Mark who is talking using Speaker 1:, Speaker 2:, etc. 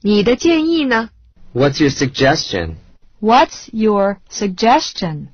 Speaker 1: 你的建议呢
Speaker 2: What's your suggestion?
Speaker 1: ？What's your suggestion?